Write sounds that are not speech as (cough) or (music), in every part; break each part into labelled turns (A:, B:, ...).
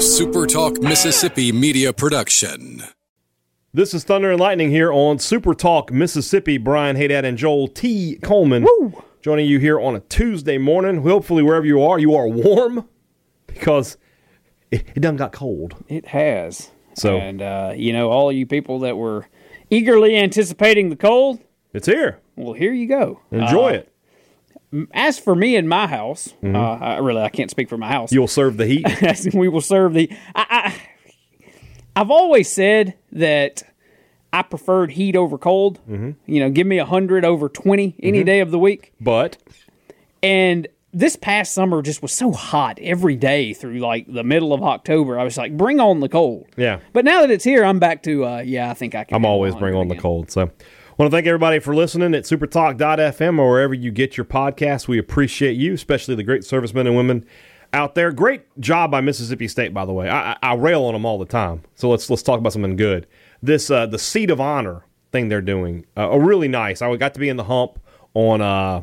A: SuperTalk Mississippi Media Production.
B: This is Thunder and Lightning here on Super Talk Mississippi. Brian Haydad and Joel T. Coleman joining you here on a Tuesday morning. Hopefully, wherever you are, you are warm because it, it done got cold.
C: It has.
B: So-
C: and uh, you know, all you people that were eagerly anticipating the cold,
B: It's here.
C: well, here you go.
B: Enjoy
C: Uh,
B: it.
C: As for me and my house, uh, I, really, I can't speak for my house.
B: Mm-hmm.
C: (laughs)
B: You'll serve the heat. (laughs)
C: we will serve the. I, I, I've always said that I preferred heat over cold.
B: Mm-hmm.
C: You know, give me hundred over twenty any day of the week.
B: but
C: And this past summer just was so hot every day through like the middle of October. I was like, bring on the cold.
B: Yeah.
C: But now that it's here, I'm back to uh, yeah. I think I can.
B: I'm
C: handle
B: always
C: 100
B: bring on the
C: again.
B: cold. So, want to thank everybody for listening at supertalk.fm or wherever you get your podcasts. We appreciate you, especially the great servicemen and women out there. Great job by Mississippi State, by the way. I, I, I rail on them all the time. So let's let's talk about something good. This uh, the seat of honor thing they're doing. Uh, are really nice. I got to be in the hump on uh,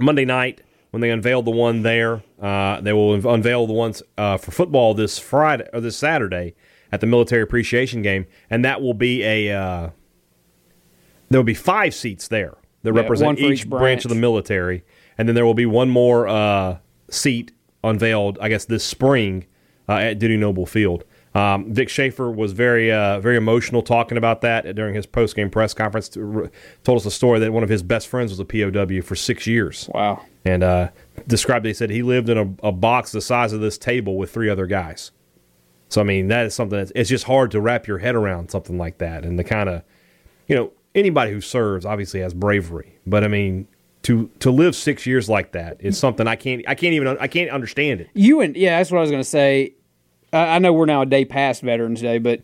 B: Monday night when they unveiled the one there. Uh, they will unv- unveil the ones uh, for football this Friday or this Saturday at the Military Appreciation Game, and that will be a uh, there will be five seats there that
C: one
B: represent
C: for
B: each,
C: each
B: branch. of the
C: branch.
B: military, and then there will be one more uh, seat unveiled, I guess, this spring uh, at Duty Noble Field. Um, Dick Schaefer was very, uh, very emotional talking about that during his post-game press conference. To, re- told us a story that one of his best friends was a POW for six years
C: Wow.
B: and uh, described. They said he lived in a, a box the size of this table with three other guys. So I mean, that is something that's it's just hard to wrap your head around something like that, and the kind of you know anybody who serves obviously has bravery, but I mean to to live six years like that is something I can't I can't even I can't understand it.
C: You and yeah, that's what I was going to say. I, I know we're now a day past Veterans Day, but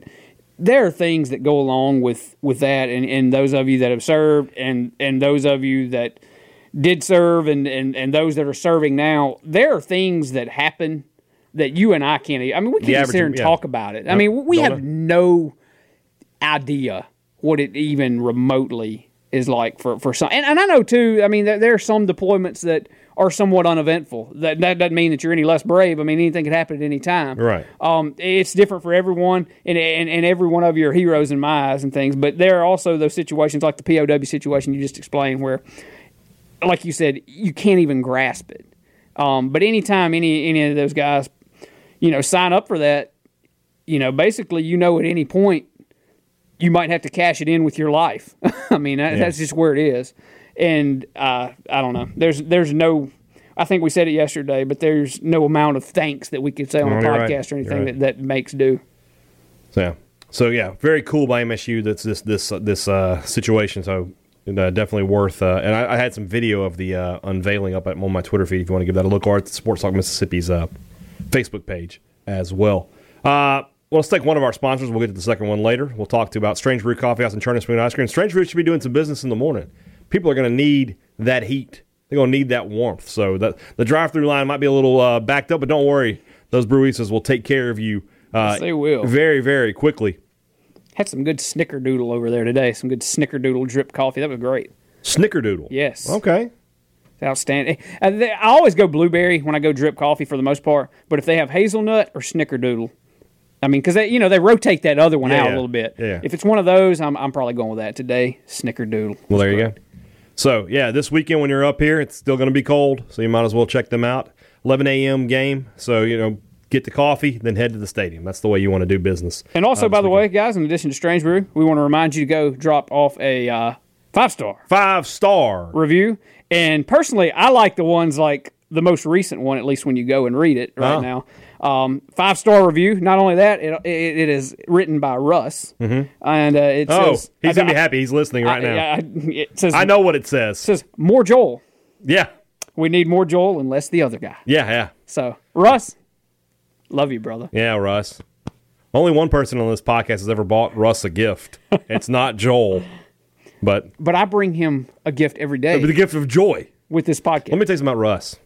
C: there are things that go along with with that, and and those of you that have served, and and those of you that did serve, and and and those that are serving now, there are things that happen that you and I can't. e- I mean, we can just sit
B: average-
C: here and
B: yeah.
C: talk about it. I mean, we
B: don't
C: have no idea what it even remotely is like for, for some. And, and I know too. I mean, there, there are some deployments that are somewhat uneventful. That that doesn't mean that you're any less brave. I mean, anything could happen at any time.
B: Right.
C: Um, it's different for everyone, and, and and every one of you are heroes in my eyes and things. But there are also those situations like the POW situation you just explained, where, like you said, you can't even grasp it. Um, but anytime any any of those guys, you know, sign up for that, you know, basically, you know, at any point, you might have to cash it in with your life. (laughs) I mean, that, that's just where it is. And uh, I don't know. There's there's no. I think we said it yesterday, but there's no amount of thanks that we could say on
B: No,
C: a
B: you're right.
C: podcast or
B: You're
C: anything
B: right.
C: that, that makes do.
B: So yeah. so yeah, very cool by MSU. That's this this this uh, situation. So uh, definitely worth. Uh, and I, I had some video of the uh, unveiling up at, on my Twitter feed. If you want to give that a look, or at Sports Talk Mississippi's uh, Facebook page as well. Uh, well, let's take one of our sponsors. We'll get to the second one later. We'll talk to about Strange Brew Coffee House and Churning Spoon Ice Cream. Strange Brew should be doing some business in the morning. People are going to need that heat. They're going to need that warmth. So the, the drive-through line might be a little uh, backed up, but don't worry. Those brewistas will take care of you. Uh,
C: Yes, they will.
B: very, very quickly.
C: Had some good snickerdoodle over there today. Some good snickerdoodle drip coffee. That was great.
B: Snickerdoodle.
C: Yes.
B: Okay.
C: Outstanding. Uh, they- I always go blueberry when I go drip coffee for the most part, but if they have hazelnut or snickerdoodle, I mean, because they you know they rotate that other one
B: Yeah,
C: out
B: yeah.
C: a little bit.
B: Yeah.
C: If it's one of those, I'm, I'm probably going with that today. Snickerdoodle.
B: Well, there you go. So yeah, this weekend when you're up here, it's still going to be cold, so you might as well check them out. 11 a.m. game. So you know, get the coffee, then head to the stadium. That's the way you want to do business.
C: And also, by the way, guys, in addition to Strange Brew, we want to remind you to go drop off a uh, five star
B: Five star.
C: review. And personally, I like the ones like the most recent one, at least when you go and read it right
B: Ah.
C: now. Um, five star review. Not only that, it, it, it is written by Russ, and uh, it
B: Mm-hmm. Oh,
C: says
B: he's
C: I-
B: gonna be happy. He's listening
C: I-
B: right now.
C: I, I- it says
B: I know what it says.
C: It says more Joel.
B: yeah,
C: We need more Joel and less the other guy.
B: yeah, yeah,
C: So Russ, love you, brother.
B: yeah. Russ. Only one person on this podcast has ever bought Russ a
C: (laughs)
B: gift. it's not Joel, but
C: But I bring him a gift every
B: but the
C: day
B: gift of joy.
C: with this podcast.
B: Let me tell you something about Russ.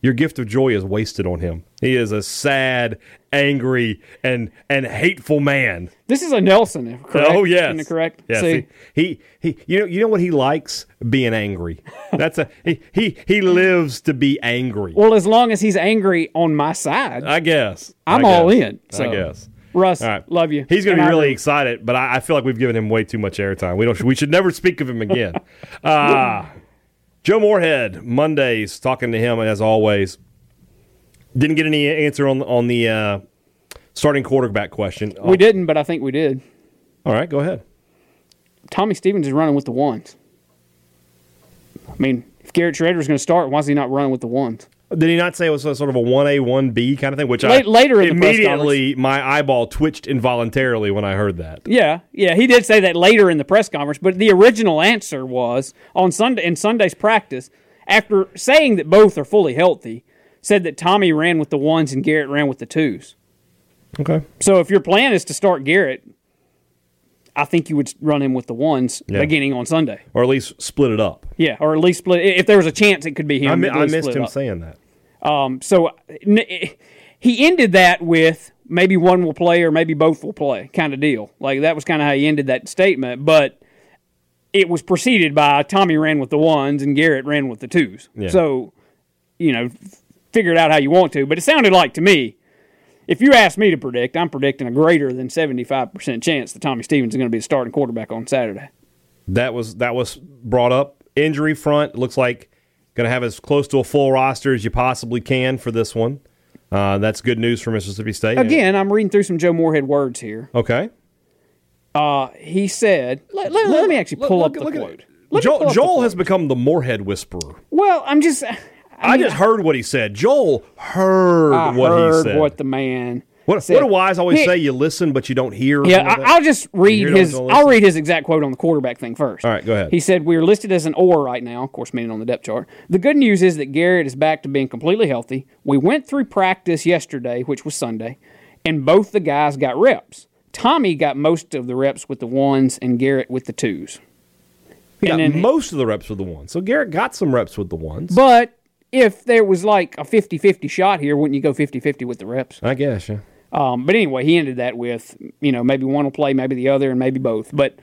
B: Your gift of joy is wasted on him. He is a sad, angry, and and hateful man.
C: This is a Nelson, correct?
B: Oh yes,
C: Isn't it correct?
B: Yes,
C: See,
B: he, he he. You know you know what he likes being angry. That's a he he he lives to be angry.
C: well, as long as he's angry on my side,
B: I guess
C: I'm
B: I
C: all
B: guess.
C: in. So.
B: I guess.
C: Russ,
B: All right.
C: love you.
B: He's going to
C: And
B: be
C: I
B: really
C: do.
B: excited, but I, I feel like we've given him way too much airtime. We don't. We should never speak of him
C: (laughs)
B: again. Uh, Joe Moorhead Mondays talking to him as always. Didn't get any answer on on the uh, starting quarterback question. Uh,
C: We didn't, but I think we did.
B: All right, go ahead.
C: Tommy Stevens is running with the ones. I mean, if Garrett Schrader is going to start, why is he not running with the ones?
B: Did he not say it was a sort of a one A one B kind of thing? Which I
C: Late- later in the press
B: immediately my eyeball twitched involuntarily when I heard that.
C: Yeah, yeah, he did say that later in the press conference, but the original answer was on Sunday in Sunday's practice after saying that both are fully healthy, said that Tommy ran with the ones and Garrett ran with the twos.
B: Okay,
C: So if your plan is to start Garrett, I think you would run him with the ones
B: Yeah.
C: beginning on Sunday.
B: or at least split it up.
C: Yeah, or at least split. If there was a chance, it could be him.
B: I, mi-
C: at
B: I
C: least
B: missed
C: split
B: him
C: up.
B: saying that.
C: So n- eh, he ended that with maybe one will play or maybe both will play kind of deal. Like that was kind of how he ended that statement, but it was preceded by Tommy ran with the ones and Garrett ran with the twos.
B: Yeah.
C: So, you know, f- figure it out how you want to, but it sounded like to me if you ask me to predict, I'm predicting a greater than 75% chance that Tommy Stevens is going to be the starting quarterback on Saturday.
B: That was that was brought up. Injury front looks like going to have as close to a full roster as you possibly can for this one. Uh, that's good news for Mississippi State.
C: Again, I'm reading through some Joe Moorhead words here.
B: okay.
C: He said, let, let- let me actually pull up the quote. Let me pull
B: Joel,
C: up the
B: Joel has become the Moorhead whisperer.
C: Well, I'm just. I,
B: I,
C: mean,
B: just heard what he said. Joel heard
C: I
B: what
C: heard
B: he said.
C: what the man.
B: what,
C: said.
B: what do wise always
C: He-
B: say? You listen, but you don't hear. or
C: Yeah,
B: something like that?
C: I, I'll just
B: You
C: read
B: don't
C: his.
B: listen.
C: I'll read his exact quote on the quarterback thing first.
B: All right, go ahead.
C: He said, "We are listed as an or right now, of course, meaning on the depth chart. The good news is that Garrett is back to being completely healthy. We went through practice yesterday, which was Sunday, and both the guys got reps. Tommy got most of the reps with the ones, and Garrett with the twos.
B: He got
C: and then-
B: most of the reps with the ones. So Garrett got some reps with the ones.
C: But if there was like a 50-50 shot here, wouldn't you go 50-50 with the reps?"
B: I guess. Yeah.
C: Um, but anyway, he ended that with, you know, maybe one will play, maybe the other, and maybe both. But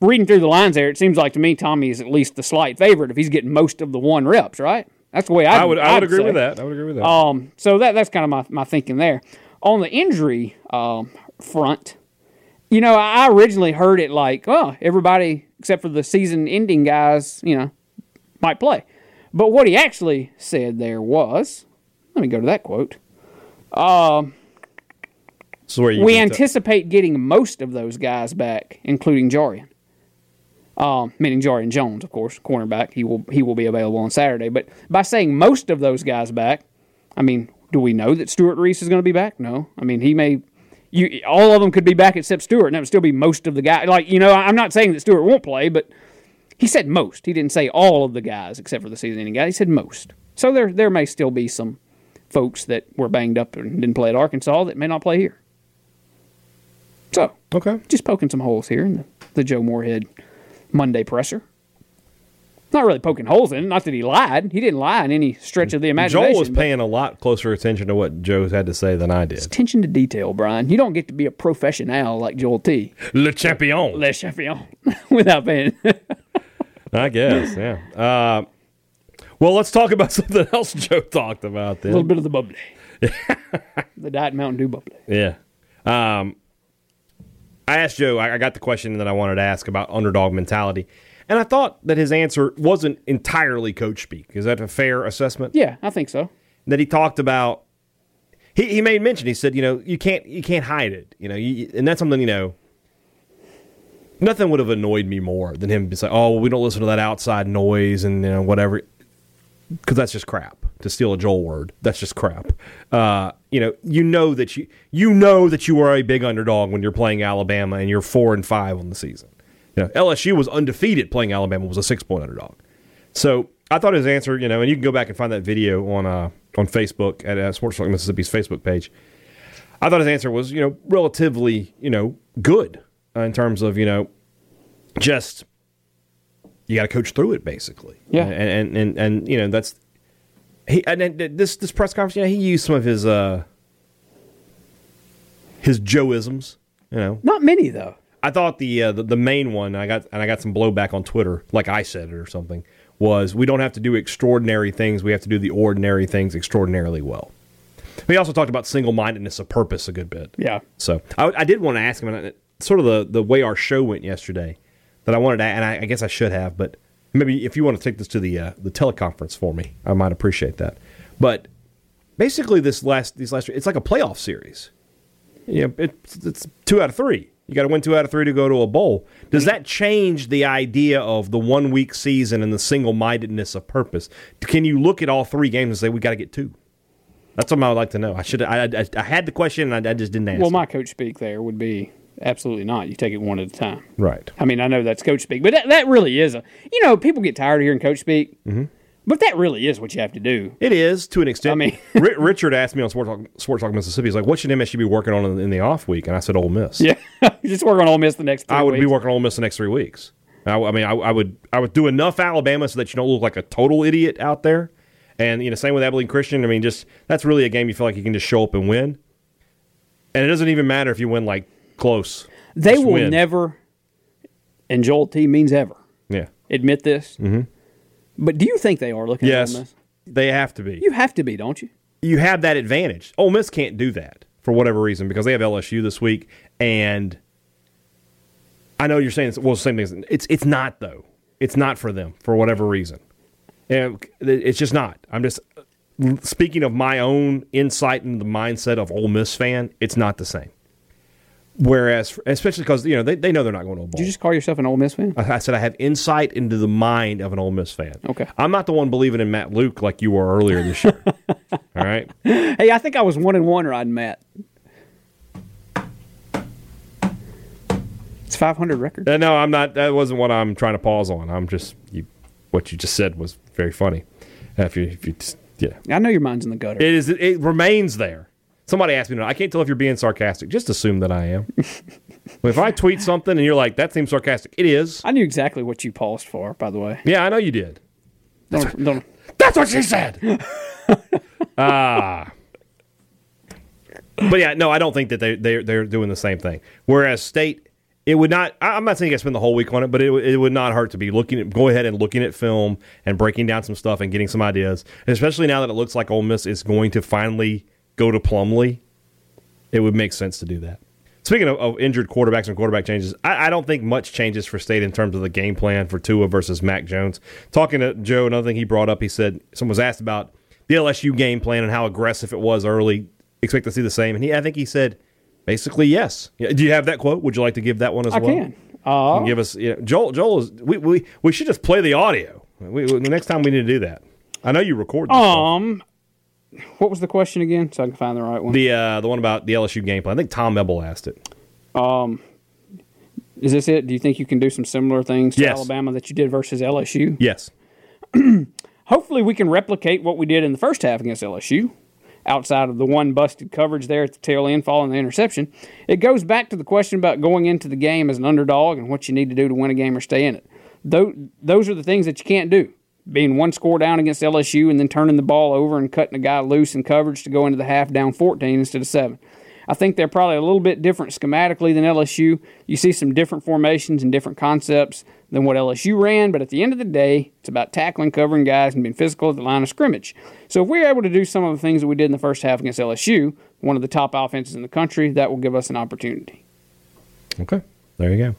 C: reading through the lines there, it seems like to me Tommy is at least the slight favorite if he's getting most of the one reps, right? That's the way I,
B: I would. I would
C: I'd
B: agree
C: say.
B: with that. I would agree with that.
C: Um, so that that's kind of my, my thinking there. On the injury um, front, you know, I I originally heard it like, oh, everybody except for the season ending guys, you know, might play. But what he actually said there was, let me go to that quote.
B: so where you
C: we
B: can tell-
C: anticipate getting most of those guys back, including Jarian. Um, meaning Jarian Jones, of course, cornerback. He will he will be available on Saturday. But by saying most of those guys back, I mean, do we know that Stuart Reese is going to be back? No. I mean, he may. You all of them could be back except Stewart, and that would still be most of the guys. Like you know, I'm not saying that Stewart won't play, but he said most. He didn't say all of the guys except for the season-ending guy. He said most. So there there may still be some folks that were banged up and didn't play at Arkansas that may not play here. So,
B: Okay.
C: just poking some holes here in the, the Joe Moorhead Monday presser. Not really poking holes in it. Not that he lied. He didn't lie in any stretch of the imagination.
B: Joel was
C: but
B: paying a lot closer attention to what Joe's had to say than I did.
C: attention to detail, Brian. You don't get to be a professional like Joel T.
B: Le champion,
C: Les champions (laughs) without paying.
B: I guess. Yeah. Uh, well, let's talk about (laughs) something else Joe talked about.
C: A little
B: Then,
C: bit of the bubbly. (laughs) the Diet Mountain Dew bubbly.
B: yeah. Um, I asked Joe. I, I got the question that I wanted to ask about underdog mentality, and I thought that his answer wasn't entirely coach speak. Is that a fair assessment?
C: Yeah, I think so.
B: that he talked about. He, he made mention. He said, you know, you can't you can't hide it. You know, you, and that's something you know. Nothing would have annoyed me more than him saying, "Oh, well, we don't listen to that outside noise and you know whatever," because that's just crap. To steal a Joel word, that's just crap. Uh, you know, you know that you you know that you are a big underdog when you're playing Alabama and you're four and five on the season. You know, LSU was undefeated playing Alabama was a six point underdog. So I thought his answer, you know, and you can go back and find that video on uh, on Facebook at uh, Sports Talk Mississippi's Facebook page. I thought his answer was, you know, relatively, you know, good uh, in terms of, you know, just you got to coach through it basically.
C: Yeah.
B: and, and and and you know that's He and then th- this this press conference, you know, he used some of his uh his Joeisms. You know,
C: Not many though.
B: I thought the, uh, the the main one I got and I got some blowback on Twitter, like I said it or something. Was we don't have to do extraordinary things; we have to do the ordinary things extraordinarily well. He also talked about single mindedness of purpose a good bit.
C: Yeah.
B: So I, I did want to ask him, and it- sort of the, the way our show went yesterday, that I wanted to, and I, I guess I should have, but maybe if you want to take this to the uh, the teleconference for me, I might appreciate that. But basically, this last these last it's like a playoff series. Yeah, it's, it's two out of three. You got to win two out of three to go to a bowl. Does that change the idea of the one week season and the single mindedness of purpose? Can you look at all three games and say we got to get two? That's something I would like to know. I should. I, I, I had the question and I, I just didn't answer.
C: Well, my coach speak there would be absolutely not. You take it one at a time.
B: right.
C: I mean, I know that's coach speak, but that, that really is a you know people get tired of hearing coach speak, mm-hmm. but that really is what you have to do. (laughs)
B: It is to an extent.
C: I mean-
B: Ri- Richard asked me on Sports Talk, Sports Talk Mississippi. He's like, "What should MSU be working on in, in the off week?" And I said, "Ole Miss."
C: Yeah, just work on Ole Miss the next. Three
B: I would be
C: weeks.
B: working on Ole Miss the next three weeks. I, I mean, I, I would I would do enough Alabama so that you don't look like a total idiot out there. And you know, same with Abilene Christian. I mean, just that's really a game you feel like you can just show up and win. And it doesn't even matter if you win like close.
C: They
B: Just
C: will
B: win.
C: never, and Joel T means ever
B: Yeah.
C: admit this. Mm-hmm. But do you think they are looking at Ole
B: Yes.
C: Miss?
B: They have to be.
C: You have to be, don't you?
B: you have that advantage. Ole Miss can't do that for whatever reason because they have LSU this week, and I know you're saying it's, well, same thing. It's it's not though. It's not for them for whatever reason. Yeah, It's just not. I'm just speaking of my own insight into the mindset of Ole Miss fan. It's not the same. Whereas, especially because you know they, they know they're not going to a bowl.
C: Did you just call yourself an Ole Miss fan?
B: I I said I have insight into the mind of an Ole Miss fan.
C: Okay.
B: I'm not the one believing in Matt Luke like you were earlier this
C: (laughs)
B: year. All right.
C: Hey, I think I was one and one riding Matt. It's five hundred record.
B: Uh, no, I'm not. That wasn't what I'm trying to pause on. I'm just you, what you just said was very funny. Uh, If you, if you, just, yeah,
C: I know your mind's in the gutter.
B: it is. It remains there. Somebody asked me, "No, I can't tell if you're being sarcastic." Just assume that I am. if I tweet something and you're like, "That seems sarcastic," it is.
C: I knew exactly what you paused for, by the way.
B: Yeah, I know you did.
C: Don't, don't,
B: That's what she said. (laughs) Ah. But yeah, no, I don't think that they they they're doing the same thing. Whereas state, it would not. I- I'm not saying I spend the whole week on it, but it, would- it would not hurt to be looking at go ahead and looking at film and breaking down some stuff and getting some ideas. And especially now that it looks like Ole Miss is going to finally go to Plumlee, it would make sense to do that. Speaking of, of injured quarterbacks and quarterback changes, I, I don't think much changes for State in terms of the game plan for Tua versus Mac Jones. Talking to Joe, another thing he brought up, he said someone was asked about the LSU game plan and how aggressive it was early. Expect to see the same, and he, I think he said basically yes. Yeah, Do you have that quote? Would you like to give that one as
C: I
B: well?
C: can. Uh,
B: Give us yeah, Joel. Joel is we, we we should just play the audio. We, we, the next time we need to do that. I know you record. This stuff.
C: um, what was the question again? So I can find the right one.
B: the uh, the one about the LSU game plan. I think Tom Ebel asked it.
C: Is this it? Do you think you can do some similar things to
B: Yes.
C: Alabama that you did versus LSU?
B: Yes.
C: Hopefully, we can replicate what we did in the first half against LSU. Outside of the one busted coverage there at the tail end following the interception, it goes back to the question about going into the game as an underdog and what you need to do to win a game or stay in it. Tho- Those are the things that you can't do. Being one score down against LSU and then turning the ball over and cutting a guy loose in coverage to go into the half down 14 instead of 7. I think they're probably a little bit different schematically than LSU. You see some different formations and different concepts than what LSU ran, but at the end of the day, it's about tackling, covering guys, and being physical at the line of scrimmage. So if we're able to do some of the things that we did in the first half against LSU, one of the top offenses in the country, that will give us an opportunity.
B: Okay, there you go.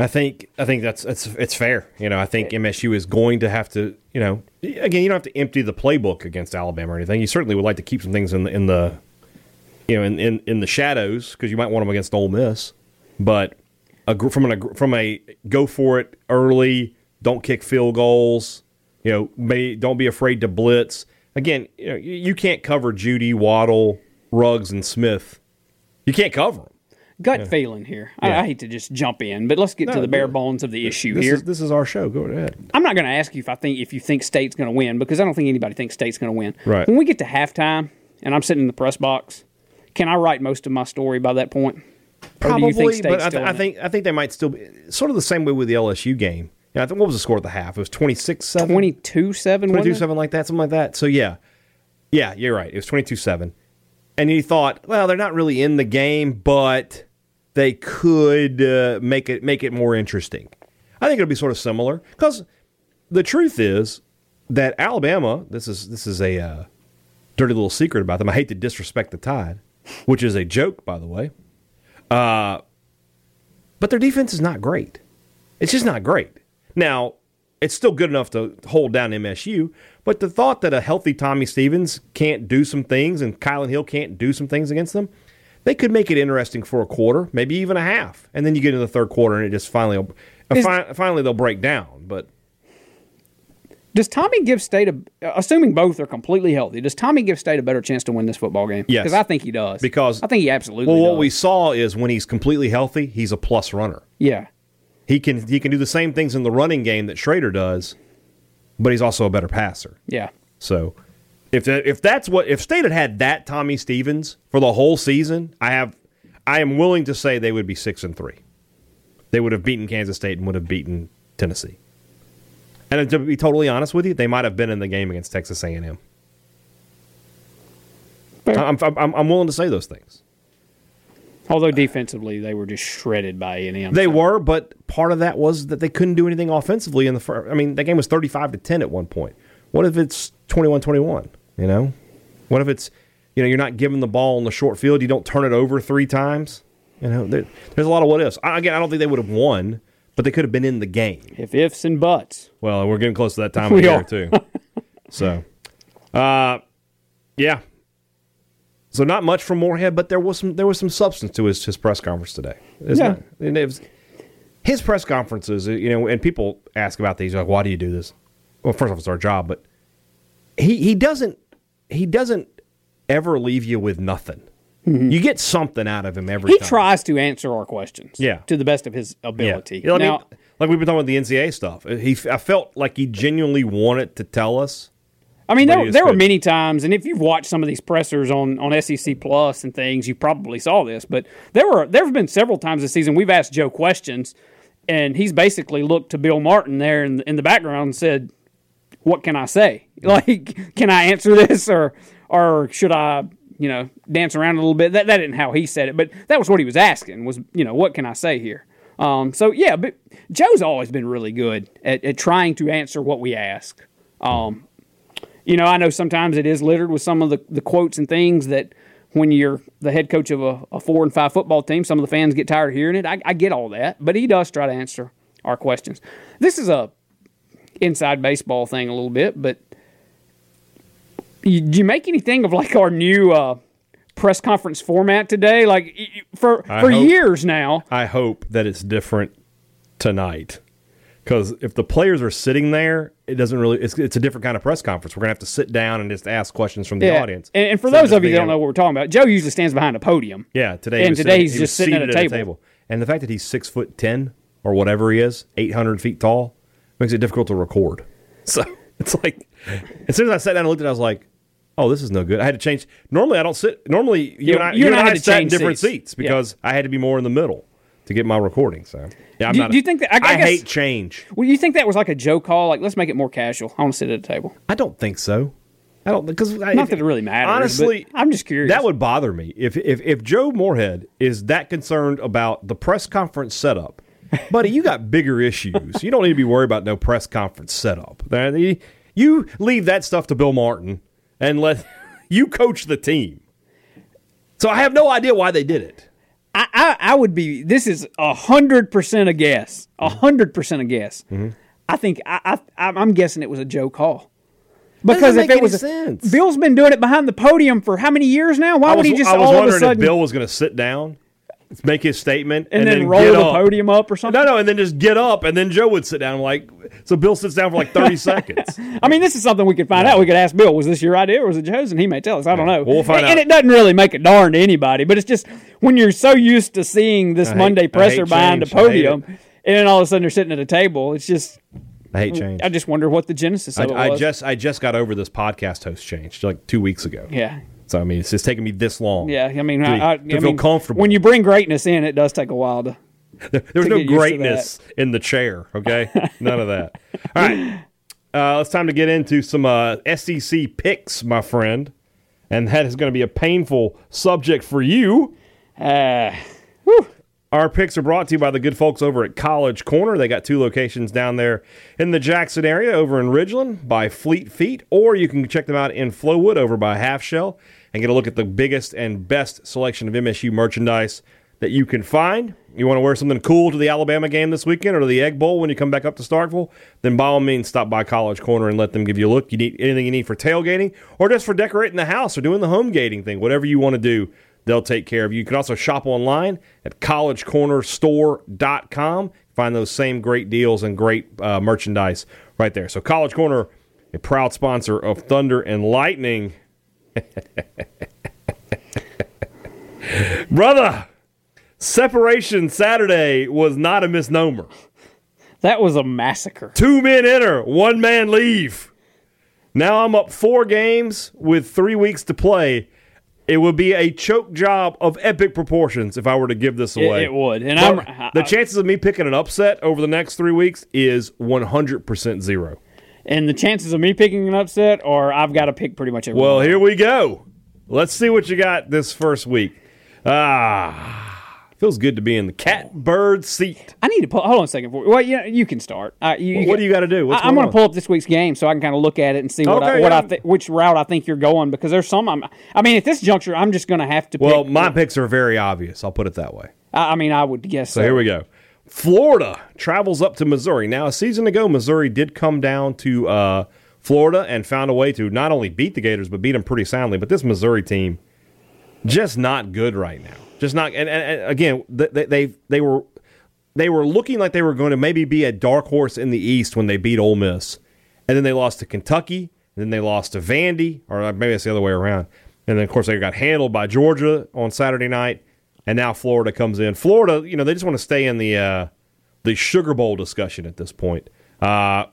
B: I think I think that's that's it's fair. You know, I think MSU is going to have to. You know, again, you don't have to empty the playbook against Alabama or anything. You certainly would like to keep some things in the in the you know in in, in the shadows because you might want them against Ole Miss. But a, gr- from an a, gr- from a go for it early, don't kick field goals. You know, may, don't be afraid to blitz. Again, you know, you- you can't cover Judy, Waddle, Ruggs, and Smith. You can't cover them.
C: Gut feeling here.
B: Yeah.
C: I, I hate to just jump in, but let's get
B: No,
C: to the bare
B: do it.
C: bones of the issue
B: This
C: here.
B: is this is our show. Go ahead.
C: I'm not going to ask you if I think if you think State's going to win because I don't think anybody thinks State's going to win.
B: Right.
C: When we get to halftime and I'm sitting in the press box, can I write most of my story by that point? Or do you think State's
B: but I,
C: still
B: th- I
C: in it?
B: think I think they might still be sort of the same way with the LSU game. Yeah, I think what was the score at the half? It was 26 7.
C: 22 7
B: 22 7 like that, something like that. So, yeah. Yeah, you're right. It was 22 7. And you thought, well, they're not really in the game, but they could uh, make it make it more interesting. I think it'll be sort of similar because the truth is that Alabama. This is this is a uh, dirty little secret about them. I hate to disrespect the Tide, which is a joke, by the way. Uh, but their defense is not great. It's just not great. Now, it's still good enough to hold down MSU, but the thought that a healthy Tommy Stevens can't do some things and Kylan Hill can't do some things against them, they could make it interesting for a quarter, maybe even a half. And then you get into the third quarter and it just finally, uh,
C: Is-
B: fi- finally they'll break down. But
C: Does Tommy give State a, assuming both are completely healthy, does Tommy give State a better chance to win this football game?
B: Yes.
C: Because I think he does.
B: Because-
C: I think he absolutely
B: well, what
C: does.
B: we saw is when he's completely healthy, he's a plus runner.
C: yeah.
B: He can he can do the same things in the running game that Schrader does, but he's also a better passer.
C: Yeah.
B: So if that, if that's what if State had had that Tommy Stevens for the whole season, I have I am willing to say they would be six and three. They would have beaten Kansas State and would have beaten Tennessee. And to be totally honest with you, they might have been in the game against Texas A and M.
C: Fair.
B: I'm, I'm I'm willing to say those things.
C: Although defensively they were just shredded by A&M.
B: They were, but part of that was that they couldn't do anything offensively in the first. I mean, that game was 35 to 10 at one point. What if it's 21 21? You know? What if it's, you know, you're not giving the ball on the short field, you don't turn it over three times? You know, there, there's a lot of what ifs. I, again, I don't think they would have won, but they could have been in the game.
C: if ifs and buts.
B: Well, we're getting close to that time
C: (laughs) We
B: of year,
C: are.
B: too. So, uh, yeah. So not much from Moorhead, but there was some there was some substance to his, his press conference today. It's
C: Yeah.
B: not- and it was- his press conferences, uh, you know, and people ask about these, like, why do you do this? Well, first off, it's our job, but he he doesn't he doesn't ever leave you with nothing. You get something out of him every
C: Mm-hmm. He
B: time.
C: tries to answer our questions.
B: Yeah.
C: To the best of his
B: Yeah.
C: ability.
B: Yeah, I mean,
C: now,
B: like we've been talking about the NCAA stuff. He, I felt like he genuinely wanted to tell us.
C: I mean,
B: But he
C: there,
B: is
C: there were
B: good.
C: many times, and if you've watched some of these pressers on, on SEC Plus and things, you probably saw this. But there were there have been several times this season we've asked Joe questions, and he's basically looked to Bill Martin there in, in the background and said, "What can I say? (laughs) Like, can I answer this, or or should I, you know, dance around a little bit?" That that isn't how he said it, but that was what he was asking. Was you know, what can I say here? Um, so yeah, but Joe's always been really good at, at trying to answer what we ask. Um, you know, I know sometimes it is littered with some of the, the quotes and things that when you're the head coach of a, a four and five football team, some of the fans get tired of hearing it. I, I get all that, but he does try to answer our questions. This is a inside baseball thing a little bit, but you, do you make anything of like our new uh, press conference format today? Like y- y- for
B: I
C: for
B: hope-
C: years now,
B: I hope that it's different tonight. Because if the players are sitting there, it doesn't really. It's, it's a different kind of press conference. We're gonna have to sit down and just ask questions from the
C: Yeah.
B: audience.
C: And, and for
B: Instead
C: those
B: just
C: of you that
B: being
C: don't know
B: able-
C: what we're talking about, Joe usually stands behind a podium.
B: yeah, today. he
C: and
B: was
C: today
B: sitting-
C: he's
B: he was
C: just sitting at a
B: seated
C: table.
B: And the fact that he's six foot ten or whatever he is, eight hundred feet tall, makes it difficult to record. (laughs) So it's like, as soon as I sat down and looked at, it, I was like, "Oh, this is no good." I had to change. Normally, I don't sit. Normally, you, and I, you, and I,
C: had to
B: sat in
C: change
B: different
C: seats.
B: seats
C: Yeah.
B: because I had to be more in the middle to get my recording. So yeah, I'm
C: Do-
B: not.
C: do you think that- I- I guess-
B: hate change?
C: Well, you think that was like a Joe call? Like, let's make it more casual. I want to sit at a table.
B: I don't think so. I don't because
C: Not that it really matters.
B: Honestly,
C: but I'm just curious.
B: That would bother me if if if Joe Moorhead is that concerned about the press conference setup. Buddy, you got bigger issues. You don't need to be worried about no press conference setup. There- You you leave that stuff to Bill Martin and let (laughs) you coach the team. So I have no idea why they did it.
C: I, I, I would be. This is a hundred percent a guess. A
B: Mm-hmm.
C: hundred percent a guess. I think I, I I'm guessing it was a Joe call. Because
B: doesn't
C: if
B: make
C: it was
B: any sense.
C: Bill's been doing it behind the podium for how many years now? Why
B: I
C: would
B: was,
C: he just
B: I was
C: all of
B: wondering
C: a sudden
B: if Bill was going to sit down, make his statement,
C: and, then,
B: get
C: roll the
B: up.
C: podium up or something?
B: No, no, and then just get up, and then Joe would sit down. Like so, Bill sits down for like
C: (laughs)
B: thirty seconds.
C: I mean, this is something we could find out. We could ask Bill, was this your idea or was it Joe's? And he may tell us. I don't know.
B: We'll find
C: and, and
B: out.
C: it doesn't really make a darn to anybody, but it's just when you're so used to seeing this
B: hate- I
C: Monday
B: hate
C: presser behind a
B: change. I hate
C: podium, and then all of a sudden you're sitting at a table, it's just,
B: I hate change.
C: I just wonder what the genesis of it
B: I, I
C: was.
B: just I just got over this podcast host change like two weeks ago.
C: yeah.
B: So I mean, it's just taken me this long.
C: Yeah. I mean,
B: To-
C: I, I,
B: to
C: I
B: feel
C: mean,
B: comfortable.
C: When you bring greatness in, it does take a while to,
B: There, (laughs) there was
C: To
B: no
C: get used to
B: greatness in the chair. Okay, none of that. All right, uh, it's time to get into some uh, SEC picks, my friend, and that is going to be a painful subject for you.
C: Uh,
B: Our picks are brought to you by the good folks over at College Corner. They got two locations down there in the Jackson area, over in Ridgeland by Fleet Feet, or you can check them out in Flowwood over by Half Shell and get a look at the biggest and best selection of MSU merchandise that you can find. You want to wear something cool to the Alabama game this weekend or to the Egg Bowl when you come back up to Starkville? Then by all means, stop by College Corner and let them give you a look. You need anything you need for tailgating or just for decorating the house or doing the home gating thing, whatever you want to do. They'll take care of you. You can also shop online at collegecornerstore.com. Find those same great deals and great uh, merchandise right there. So, College Corner, a proud sponsor of Thunder and Lightning. (laughs) Brother, separation Saturday was not a misnomer.
C: that was a massacre.
B: Two men enter, one man leave. Now I'm up four games with three weeks to play. It would be a choke job of epic proportions if I were to give this
C: It,
B: away.
C: it would, and
B: But
C: I'm
B: the chances of me picking an upset over the next three weeks is 100% zero.
C: and the chances of me picking an upset, or I've got to pick pretty much everyone.
B: Well, here we go. Let's see what you got this first week. Ah, feels good to be in the catbird seat.
C: I need to pull. Hold on a second. For, well, you, know, you can start. Uh, you,
B: What do you got to do? What's
C: I, am
B: going
C: going to pull up this week's game so I can kind of look at it and see what I,
B: Okay,
C: what
B: yeah.
C: I thi- which route I think you're going because there's some. I'm, I mean, at this juncture, I'm just going to have to.
B: Well,
C: pick,
B: my picks are very obvious. I'll put it that way.
C: I, I mean, I would guess.
B: So here we go. Florida travels up to Missouri. Now, a season ago, Missouri did come down to uh, Florida and found a way to not only beat the Gators, but beat them pretty soundly. But this Missouri team, just not good right now. Just not. And, and, and again, th- they, they they were they were looking like they were going to maybe be a dark horse in the East when they beat Ole Miss, and then they lost to Kentucky, and then they lost to Vandy, or uh, maybe it's the other way around. And then of course they got handled by Georgia on Saturday night, and now Florida comes in. Florida, you know, they just want to stay in the uh, the Sugar Bowl discussion at this point. Uh,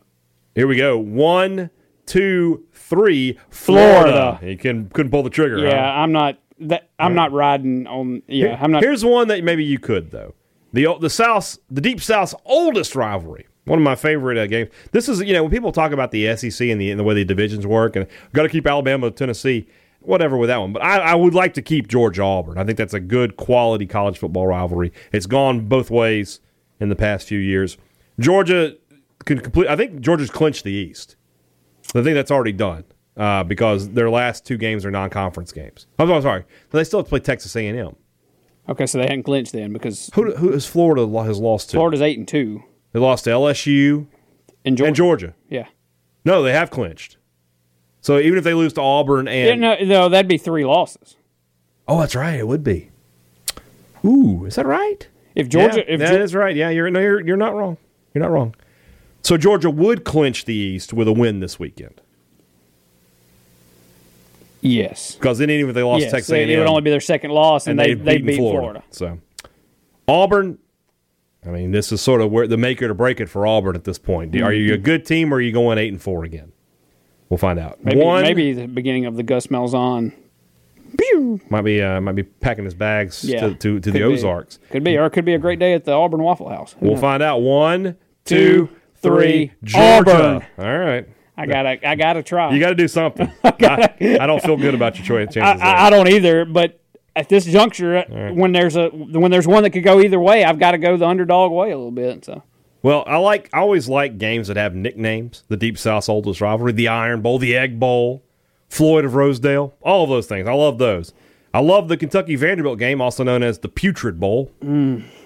B: here we go. One, two, three. Florida.
C: Florida.
B: You can, couldn't pull the trigger. huh?
C: Yeah, I'm not. That I'm not riding on. Yeah, I'm not.
B: Here's one that maybe you could though. The the South, the Deep South's oldest rivalry. One of my favorite uh, games. This is you know when people talk about the SEC and the, and the way the divisions work and got to keep Alabama, Tennessee, whatever with that one. But I, I would like to keep Georgia Auburn. I think that's a good quality college football rivalry. It's gone both ways in the past few years. Georgia can complete. I think Georgia's clinched the East. I think that's already done uh, because their last two games are non-conference games. I'm, I'm sorry. They still have to play Texas A&M.
C: Okay, so they hadn't clinched then because
B: Who, who has Florida lo- has lost to?
C: Florida's eight and two,
B: They lost to LSU
C: and Georgia.
B: and Georgia.
C: yeah.
B: No, they have clinched. So even if they lose to Auburn and
C: yeah. No, no, that'd be three losses.
B: oh, that's right, it would be. Ooh, is that right?
C: If Georgia,
B: yeah,
C: if
B: that
C: Geor-
B: is right. Yeah, you're no, you're you're not wrong. You're not wrong. So Georgia would clinch the East with a win this weekend
C: yes,
B: because then even if they lost to
C: yes,
B: Texas,
C: it, it
B: A&M,
C: would only be their second loss, and, they they
B: they've beaten
C: beat Florida.
B: So Auburn, I mean, this is sort of where the make it or break it for Auburn at this point. Do- Are you a
C: Mm-hmm.
B: good team or are you going eight and four again? We'll find out.
C: Maybe
B: One
C: maybe the beginning of the Gus Malzahn.
B: might be uh, might be packing his bags to,
C: Yeah,
B: to, to
C: could
B: the
C: be.
B: Ozarks.
C: Could be, or it could be a great day at the Auburn Waffle House. Who
B: We'll
C: knows?
B: find out. One,
C: Two,
B: two,
C: three.
B: three. Georgia.
C: Auburn.
B: All right,
C: I gotta, I gotta try.
B: you got to do
C: (laughs)
B: something. I, I don't feel good about your choi- chances.
C: I,
B: there.
C: I, I don't either, but at this juncture, when there's a when there's one that could go either way, I've got to go the underdog way a little bit. So
B: Well, I like I always like games that have nicknames. The Deep South's oldest rivalry, the Iron Bowl, the Egg Bowl, Floyd of Rosedale, all of those things. I love those. I love the Kentucky Vanderbilt game, also known as the Putrid Bowl.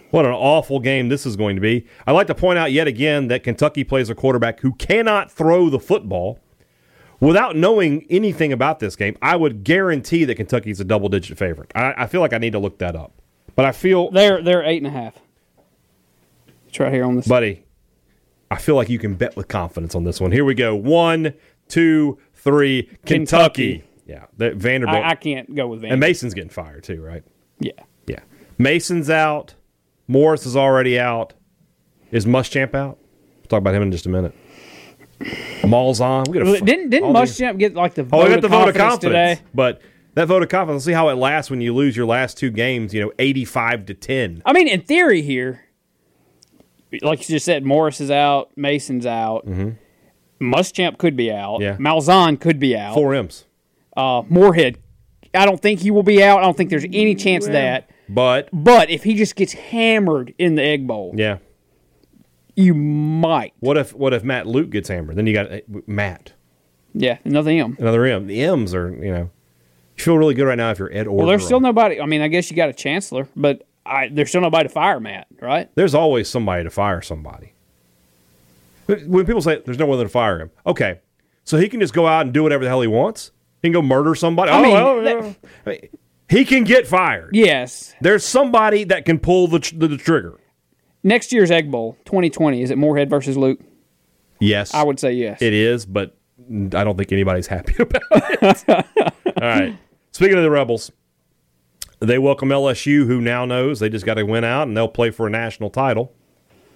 B: What an awful game this is going to be. I'd like to point out yet again that Kentucky plays a quarterback who cannot throw the football. Without knowing anything about this game, I would guarantee that Kentucky's a double digit favorite. I, I feel like I need to look that up. But I feel
C: they're they're eight and a half. It's right here on this.
B: buddy. I feel like you can bet with confidence on this one. Here we go. One, two, three. Kentucky.
C: Kentucky.
B: Yeah, that Vanderbilt
C: I, I can't go with
B: and
C: Van.
B: Mason's getting fired too, right?
C: yeah,
B: Yeah, Mason's out. Morris is already out. Is Muschamp out? We'll talk about him in just a minute. Maul's on. We got a
C: didn't didn't Muschamp get like the vote
B: Oh, I got
C: of
B: the vote of
C: confidence
B: confidence.
C: today?
B: But that vote of confidence. We'll see how it lasts when you lose your last two games. You know, eighty-five to ten.
C: I mean, in theory here, like you just said, Morris is out, Mason's out, Muschamp could be out,
B: Mm-hmm. Yeah.
C: Malzahn could be out,
B: Four M's.
C: uh, Moorhead. I don't think he will be out. I don't think there's any chance of that.
B: But
C: But if he just gets hammered in the Egg Bowl,
B: yeah,
C: you might.
B: what if what if Matt Luke gets hammered? Then you got eh, Matt
C: Yeah, another M.
B: another M. The M's are you know you feel really good right now if you're Ed Orgeron.
C: Well, there's still nobody. I mean, I guess you got a chancellor, but I, there's still nobody to fire Matt, right?
B: there's always somebody to fire somebody. But When people say there's no one to fire him, okay, so he can just go out and do whatever the hell he wants. He can go murder somebody.
C: I
B: oh,
C: mean,
B: oh,
C: that-
B: yeah. I mean, he can get fired.
C: Yes.
B: There's somebody that can pull the, tr- the, the trigger.
C: Next year's Egg Bowl, 2020, is it Moorhead versus Luke?
B: Yes,
C: I would say yes.
B: It is, but I don't think anybody's happy (laughs) about it. All right. Speaking of the Rebels, they welcome LSU, who now knows they just got to win out and they'll play for a national title.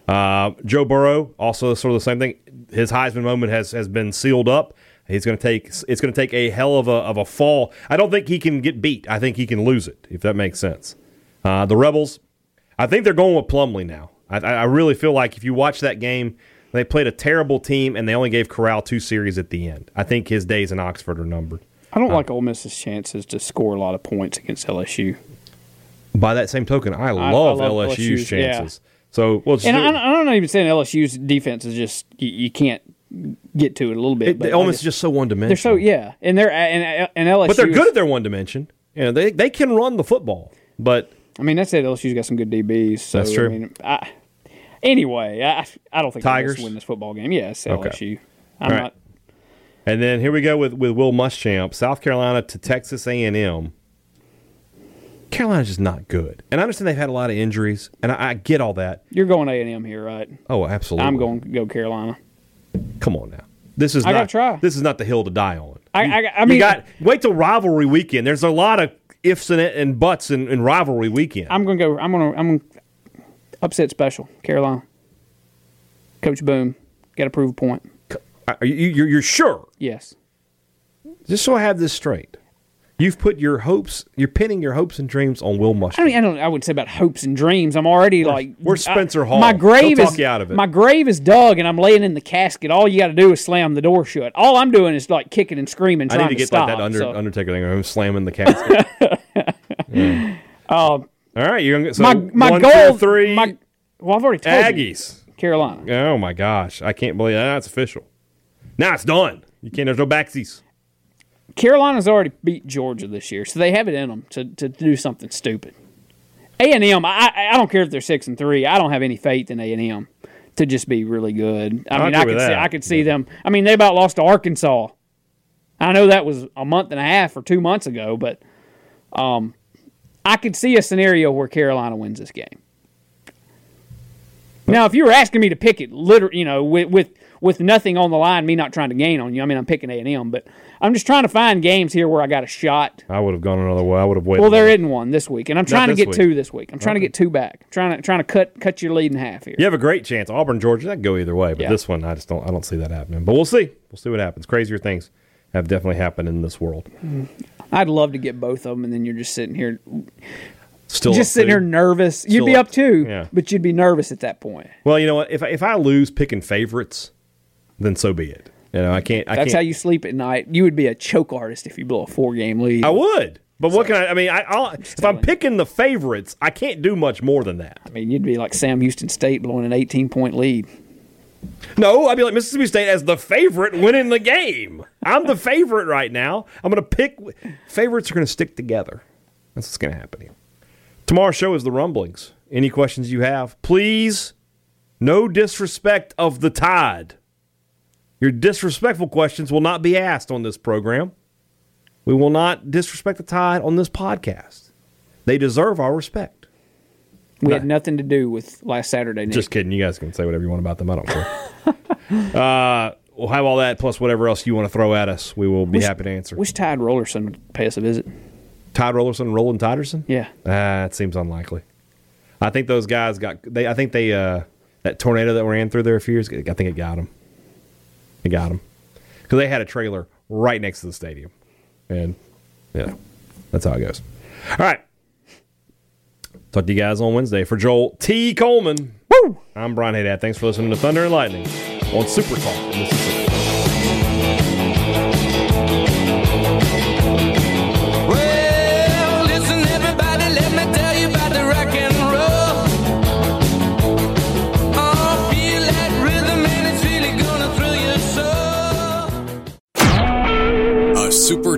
B: Uh, Joe Burrow, also sort of the same thing. His Heisman moment has has been sealed up. He's going to take it's going to take a hell of a of a fall. I don't think he can get beat. I think he can lose it if that makes sense. Uh, the Rebels, I think they're going with Plumlee now. I, I I really feel like if you watch that game, they played a terrible team and they only gave Corral two series at the end. I think his days in Oxford are numbered.
C: I don't like Ole Miss's chances to score a lot of points against LSU.
B: By that same token, I
C: I
B: love,
C: love
B: LSU's,
C: LSU's, yeah.
B: chances. So well, just
C: And
B: do
C: I,
B: it.
C: I don't even saying LSU's defense is just you, you can't get to it a little bit.
B: It-
C: but
B: they
C: I
B: almost
C: just-
B: just so one dimensional.
C: they're so yeah, and they're and and LSU.
B: but they're
C: is-
B: good at their one dimension. You know, they they can run the football, but
C: I mean, that's it. LSU's got some good DBs. So,
B: That's true.
C: I mean, I, anyway, I I don't think
B: Tigers?
C: Tigers win this football game. Yes, LSU.
B: All
C: I'm
B: right.
C: not.
B: and then here we go with with Will Muschamp, South Carolina to Texas A and M. Carolina's just not good, and I understand they've had a lot of injuries, and I, I get all that.
C: You're going A and M here, right?
B: Oh, absolutely.
C: I'm going to go Carolina.
B: Come on now. This is
C: I
B: not
C: gotta try.
B: this is not the hill to die on.
C: I-
B: You-
C: I- I mean-
B: you got wait till rivalry weekend. There's a lot of ifs and and buts in, in rivalry weekend.
C: I'm going to go. I'm going to. I'm going to upset special Carolina. Coach Boom, got to prove a point.
B: Are you, you're, you're sure?
C: Yes.
B: Just so I have this straight, you've put your hopes, you're pinning your hopes and dreams on Will Muschamp.
C: I mean, I don't. I would say about hopes and dreams. I'm already like
B: we're Spencer
C: I-
B: Hall.
C: My grave
B: He'll
C: is
B: talk you out of it.
C: my grave is dug, and I'm laying in the casket. All you got to do is slam the door shut. All I'm doing is like kicking and screaming,
B: I
C: trying
B: need to get
C: stop.
B: like that under,
C: so.
B: Undertaker thing. where I'm slamming the casket.
C: (laughs)
B: Yeah. All right, you're gonna get so
C: Um, my my
B: uh, one, two,
C: goal
B: three
C: My, well, I've already told you,
B: Aggies.
C: Carolina.
B: Oh my gosh, I can't believe that's official. Now it's done. You can't. There's no backsies.
C: Carolina's already beat Georgia this year, so they have it in them to, to do something stupid. A and M, I I- I don't care if they're six and three. I don't have any faith in A and M to just be really good. I
B: I
C: mean,
B: agree
C: I
B: with
C: could see
B: that.
C: I could see them. I mean, they about lost to Arkansas. I know that was a month and a half or two months ago, but um, I could see a scenario where Carolina wins this game. Now, if you were asking me to pick it, literally, you know, with with with nothing on the line, me not trying to gain on you. I mean, I'm picking A and M, but I'm just trying to find games here where I got a shot.
B: I would have gone another way. I would have waited.
C: Well, there isn't one this week, and I'm trying to
B: this
C: get
B: week.
C: two this week. I'm trying to get two back. trying to trying to cut cut your lead in half here.
B: You have a great chance. Auburn, Georgia, that could go either way, but
C: Yeah.
B: this one I just don't I don't see that happening. But we'll see. We'll see what happens. Crazier things have definitely happened in this world.
C: I'd love to get both of them, and then you're just sitting here,
B: Still
C: just
B: up
C: sitting
B: two.
C: here nervous. You'd
B: Still
C: be
B: up
C: up two,
B: yeah.
C: but you'd be nervous at that point.
B: Well, you know what? If I, if I lose picking favorites, then so be it. You know, I can't I
C: That's
B: can't
C: how you sleep at night. You would be a choke artist if you blow a four game lead.
B: I would. But what can I I mean, I I'll, if I'm
C: telling you.
B: picking the favorites, I can't do much more than that.
C: I mean, you'd be like Sam Houston State blowing an 18 point lead.
B: No, I'd be like Mississippi State as the favorite winning the game. I'm the favorite right now. I'm going to pick. Favorites are going to stick together. That's what's going to happen here. Tomorrow's show is the rumblings. Any questions you have, please, no disrespect of the tide. Your disrespectful questions will not be asked on this program. We will not disrespect the tide on this podcast. They deserve our respect.
C: We
B: Right.
C: had nothing to do with last Saturday night.
B: Just kidding. You guys can say whatever you want about them. I don't care.
C: (laughs)
B: uh, we'll have all that plus whatever else you want to throw at us. We will be happy to answer.
C: Wish Tide Rollerson would pay us a visit.
B: Todd Rollerson, Roland Tiderson.
C: Yeah.
B: Ah, it seems unlikely. I think those guys got. They. I think they. Uh, that tornado that ran through there a few years. ago, I think it got them. It got them because they had a trailer right next to the stadium, and yeah, that's how it goes. All right. Talk to you guys on Wednesday for Joel T. Coleman. Woo!
C: Woo!
B: I'm Brian Haydad. Thanks for listening to Thunder and Lightning on Super Talk Mississippi.
D: Well, listen, everybody, let me tell you about the rock and roll. Oh, feel that rhythm, and it's really gonna thrill your soul.
A: A Super